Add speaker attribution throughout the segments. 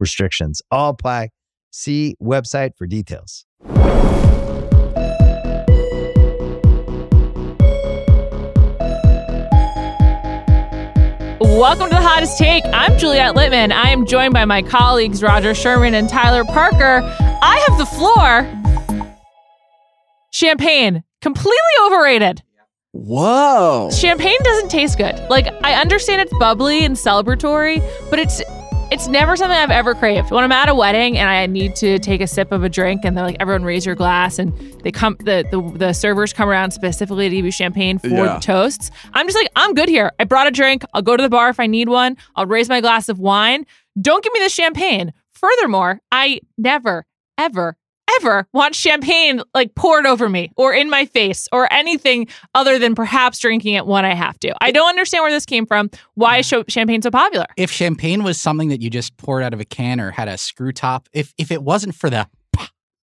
Speaker 1: restrictions all apply. See website for details.
Speaker 2: Welcome to the hottest take. I'm Juliette Littman. I am joined by my colleagues Roger Sherman and Tyler Parker. I have the floor. Champagne, completely overrated.
Speaker 3: Whoa.
Speaker 2: Champagne doesn't taste good. Like I understand it's bubbly and celebratory, but it's it's never something I've ever craved. When I'm at a wedding and I need to take a sip of a drink, and they're like, everyone raise your glass, and they come, the the, the servers come around specifically to give you champagne for
Speaker 3: Yeah.
Speaker 2: the toasts. I'm just like, I'm good here. I brought a drink. I'll go to the bar if I need one. I'll raise my glass of wine. Don't give me the champagne. Furthermore, I never, ever, ever want champagne like poured over me or in my face or anything other than perhaps drinking it when I have to. I don't understand where this came from. Why is sh- champagne so popular?
Speaker 4: if champagne was something that you just poured out of a can or had a screw top, if if it wasn't for the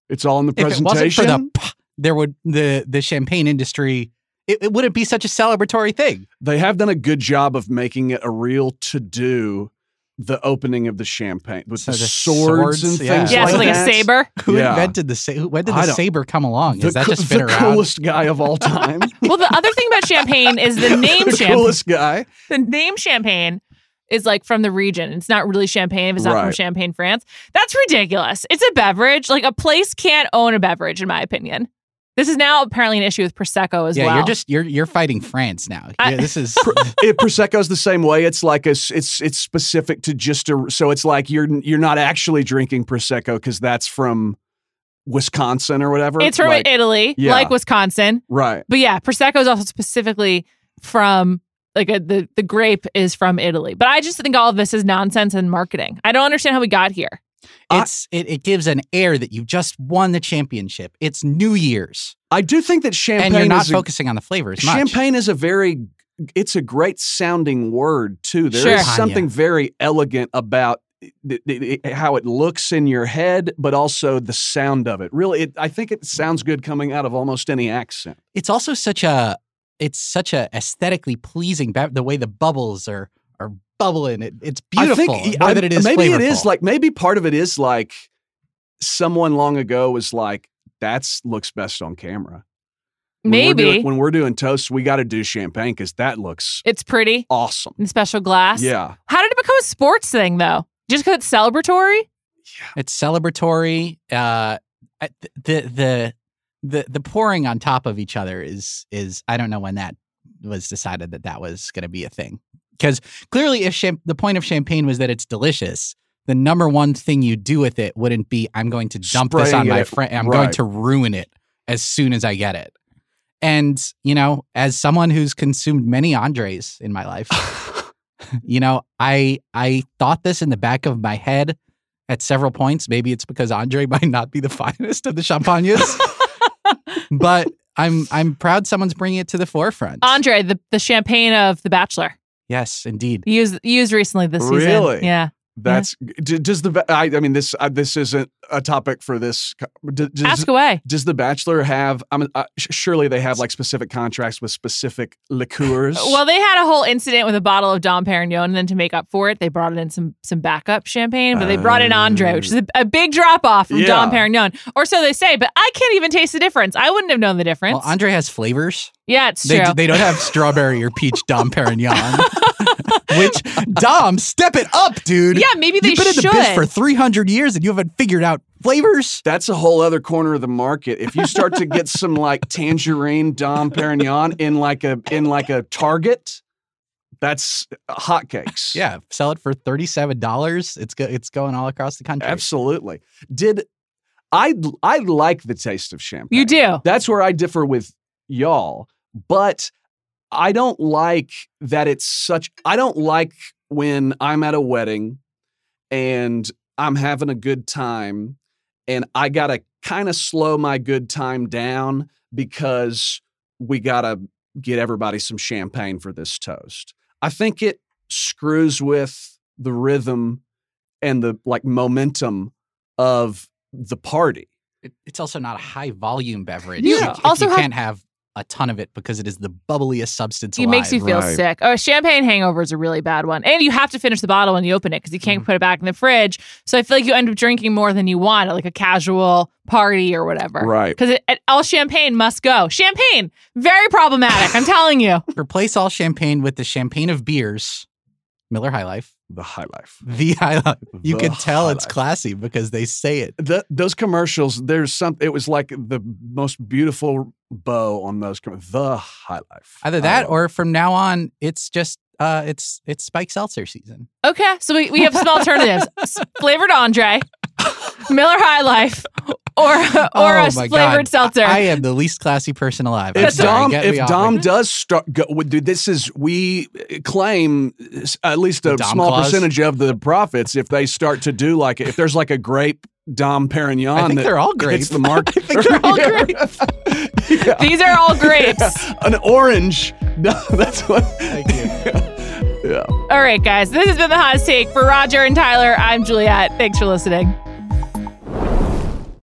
Speaker 3: It's all in the
Speaker 4: if it
Speaker 3: presentation.
Speaker 4: wasn't for the there would the the champagne industry it, it wouldn't be such a celebratory thing.
Speaker 3: they have done a good job of making it a real to do the opening of the champagne with
Speaker 4: So
Speaker 3: the,
Speaker 4: the
Speaker 3: swords,
Speaker 4: swords,
Speaker 3: and
Speaker 4: yeah.
Speaker 3: things
Speaker 2: Yes,
Speaker 3: like,
Speaker 2: like a
Speaker 3: that.
Speaker 2: saber.
Speaker 4: Who
Speaker 3: Yeah.
Speaker 4: invented the sa- who- when did
Speaker 3: I
Speaker 4: the
Speaker 3: don't-
Speaker 4: saber come along?
Speaker 3: The,
Speaker 4: Is that
Speaker 3: coo-
Speaker 4: just been
Speaker 3: the
Speaker 4: around?
Speaker 3: coolest guy of all time.
Speaker 2: Well, the other thing about champagne is the name
Speaker 3: the
Speaker 2: champagne.
Speaker 3: coolest guy.
Speaker 2: The name champagne is like from the region. It's not really champagne if it's not from
Speaker 3: Right.
Speaker 2: Champagne, France. That's ridiculous. It's a beverage. Like a place can't own a beverage, in my opinion. This is now apparently an issue with prosecco as
Speaker 4: yeah,
Speaker 2: well.
Speaker 4: you're just you're you're fighting France now.
Speaker 2: I-
Speaker 4: yeah, this is
Speaker 3: It, Prosecco's the same way. It's like a, s- it's it's specific to just a. So it's like you're you're not actually drinking prosecco because that's from Wisconsin or whatever.
Speaker 2: it's from
Speaker 3: Like,
Speaker 2: Italy,
Speaker 3: Yeah.
Speaker 2: like Wisconsin.
Speaker 3: right.
Speaker 2: But yeah, prosecco is also specifically from like a, the the grape is from Italy. But I just think all of this is nonsense and marketing. I don't understand how we got here.
Speaker 4: it's it, it gives an air that you've just won the championship. It's New Year's,
Speaker 3: I do think that champagne
Speaker 4: and you're not
Speaker 3: is a
Speaker 4: focusing on the flavors. Much.
Speaker 3: Champagne is a very it's a great sounding word too. There is
Speaker 2: Sure.
Speaker 3: something very elegant about th- th- th- how it looks in your head, but also the sound of it. Really, it, I think it sounds good coming out of almost any accent.
Speaker 4: it's also such a it's such a aesthetically pleasing be- the way the bubbles are are bubbling it, it's beautiful
Speaker 3: I think e,
Speaker 4: more
Speaker 3: I-
Speaker 4: than it is
Speaker 3: maybe it is
Speaker 4: flavorful.
Speaker 3: like maybe part of it is like someone long ago was like that's looks best on camera. When we're
Speaker 2: Maybe
Speaker 3: doing- when we're doing toasts, we got to do champagne because that looks
Speaker 2: it's pretty
Speaker 3: awesome.
Speaker 2: in special glass.
Speaker 3: Yeah,
Speaker 2: How did it become a sports thing though? Just because it's celebratory?
Speaker 4: it's celebratory uh I- the the the the pouring on top of each other is is i don't know when that was decided that that was going to be a thing because clearly if champ- the point of champagne was that it's delicious the number one thing you do with it wouldn't be i'm going to dump this on
Speaker 3: Spraying
Speaker 4: my
Speaker 3: it,
Speaker 4: friend i'm going
Speaker 3: right.
Speaker 4: to ruin it as soon as i get it and you know as someone who's consumed many andres in my life you know i i thought this in the back of my head at several points maybe it's because andre might not be the finest of the champagnes but i'm i'm proud someone's bringing it to the forefront
Speaker 2: Andre, the, the champagne of The Bachelor.
Speaker 4: yes indeed
Speaker 2: Used used recently this season.
Speaker 3: Really?
Speaker 2: Yeah.
Speaker 3: that's d- does the I, I mean this I, this isn't a topic for this. co- d- Does,
Speaker 2: Ask away.
Speaker 3: Does the Bachelor have? I mean, uh, sh- surely they have like specific contracts with specific liqueurs.
Speaker 2: Well, they had a whole incident with a bottle of Dom Perignon, and then to make up for it, they brought in some some backup champagne. But they brought
Speaker 4: Uh,
Speaker 2: in Andre, which is a, a big drop off from
Speaker 3: Yeah.
Speaker 2: Dom Perignon, or so they say. But I can't even taste the difference. I wouldn't have known the difference.
Speaker 4: well andre has flavors
Speaker 2: yeah, it's
Speaker 4: they,
Speaker 2: true.
Speaker 4: they don't have strawberry or peach dom perignon which dom step it up dude
Speaker 2: yeah, maybe they
Speaker 4: you've been
Speaker 2: should.
Speaker 4: in the biz for 300 years and you haven't figured out flavors
Speaker 3: that's a whole other corner of the market. If you start to get some like tangerine Dom Perignon in like a in like a Target, that's hotcakes.
Speaker 4: yeah sell it for $37 it's go, it's going all across the country
Speaker 3: absolutely. Did I? I like the taste of champagne.
Speaker 2: you do.
Speaker 3: That's where I differ with y'all. But I don't like that it's such I don't like when I'm at a wedding and I'm having a good time and I got to kind of slow my good time down because we got to get everybody some champagne for this toast. I think it screws with the rhythm and the like momentum of the party.
Speaker 4: It, it's also not a high volume beverage.
Speaker 3: You
Speaker 4: If-
Speaker 3: Yeah.
Speaker 4: if
Speaker 2: also
Speaker 4: you
Speaker 2: have-
Speaker 4: can't have a ton of it because it is the bubbliest substance.
Speaker 2: It makes you
Speaker 4: alive.
Speaker 2: feel
Speaker 3: Right.
Speaker 2: sick. Oh, champagne hangover is a really bad one. And you have to finish the bottle when you open it because you
Speaker 4: Mm-hmm.
Speaker 2: can't put it back in the fridge. So I feel like you end up drinking more than you want at like a casual party or whatever.
Speaker 3: Right.
Speaker 2: Because it, it- all champagne must go. Champagne, very problematic. I'm telling you.
Speaker 4: Replace all champagne with the champagne of beers, Miller High Life.
Speaker 3: The high life.
Speaker 4: The High Life. You
Speaker 3: The
Speaker 4: can tell
Speaker 3: High
Speaker 4: it's
Speaker 3: Life.
Speaker 4: classy because they say it.
Speaker 3: The, those commercials, there's some. It was like the most beautiful bow on those. Com- the high life.
Speaker 4: Either
Speaker 3: I
Speaker 4: that
Speaker 3: love
Speaker 4: or from now on, it's just uh, it's it's Spike Seltzer season.
Speaker 2: Okay. So we, we have some alternatives S- flavored Andre, Miller High Life, or, or
Speaker 4: Oh,
Speaker 2: a
Speaker 4: my
Speaker 2: flavored
Speaker 4: God.
Speaker 2: seltzer.
Speaker 4: I am the least classy person alive. I'm
Speaker 3: If
Speaker 4: sorry.
Speaker 3: Dom,
Speaker 4: Get me
Speaker 3: if
Speaker 4: off
Speaker 3: Dom
Speaker 4: my-
Speaker 3: does start, go, well, dude, this is we uh, claim s- at least a
Speaker 4: The Dom
Speaker 3: small
Speaker 4: clause?
Speaker 3: percentage of the profits if they start to do like if there's like a grape Dom Perignon.
Speaker 4: I think
Speaker 3: that
Speaker 4: they're all great.
Speaker 3: Hits the market.
Speaker 4: I think they're all great.
Speaker 3: Yeah.
Speaker 2: These are all grapes.
Speaker 3: An orange. No, that's what.
Speaker 4: Thank you.
Speaker 3: Yeah.
Speaker 2: All right, guys. This has been the Haas Take. For Roger and Tyler, I'm Juliet. Thanks for listening.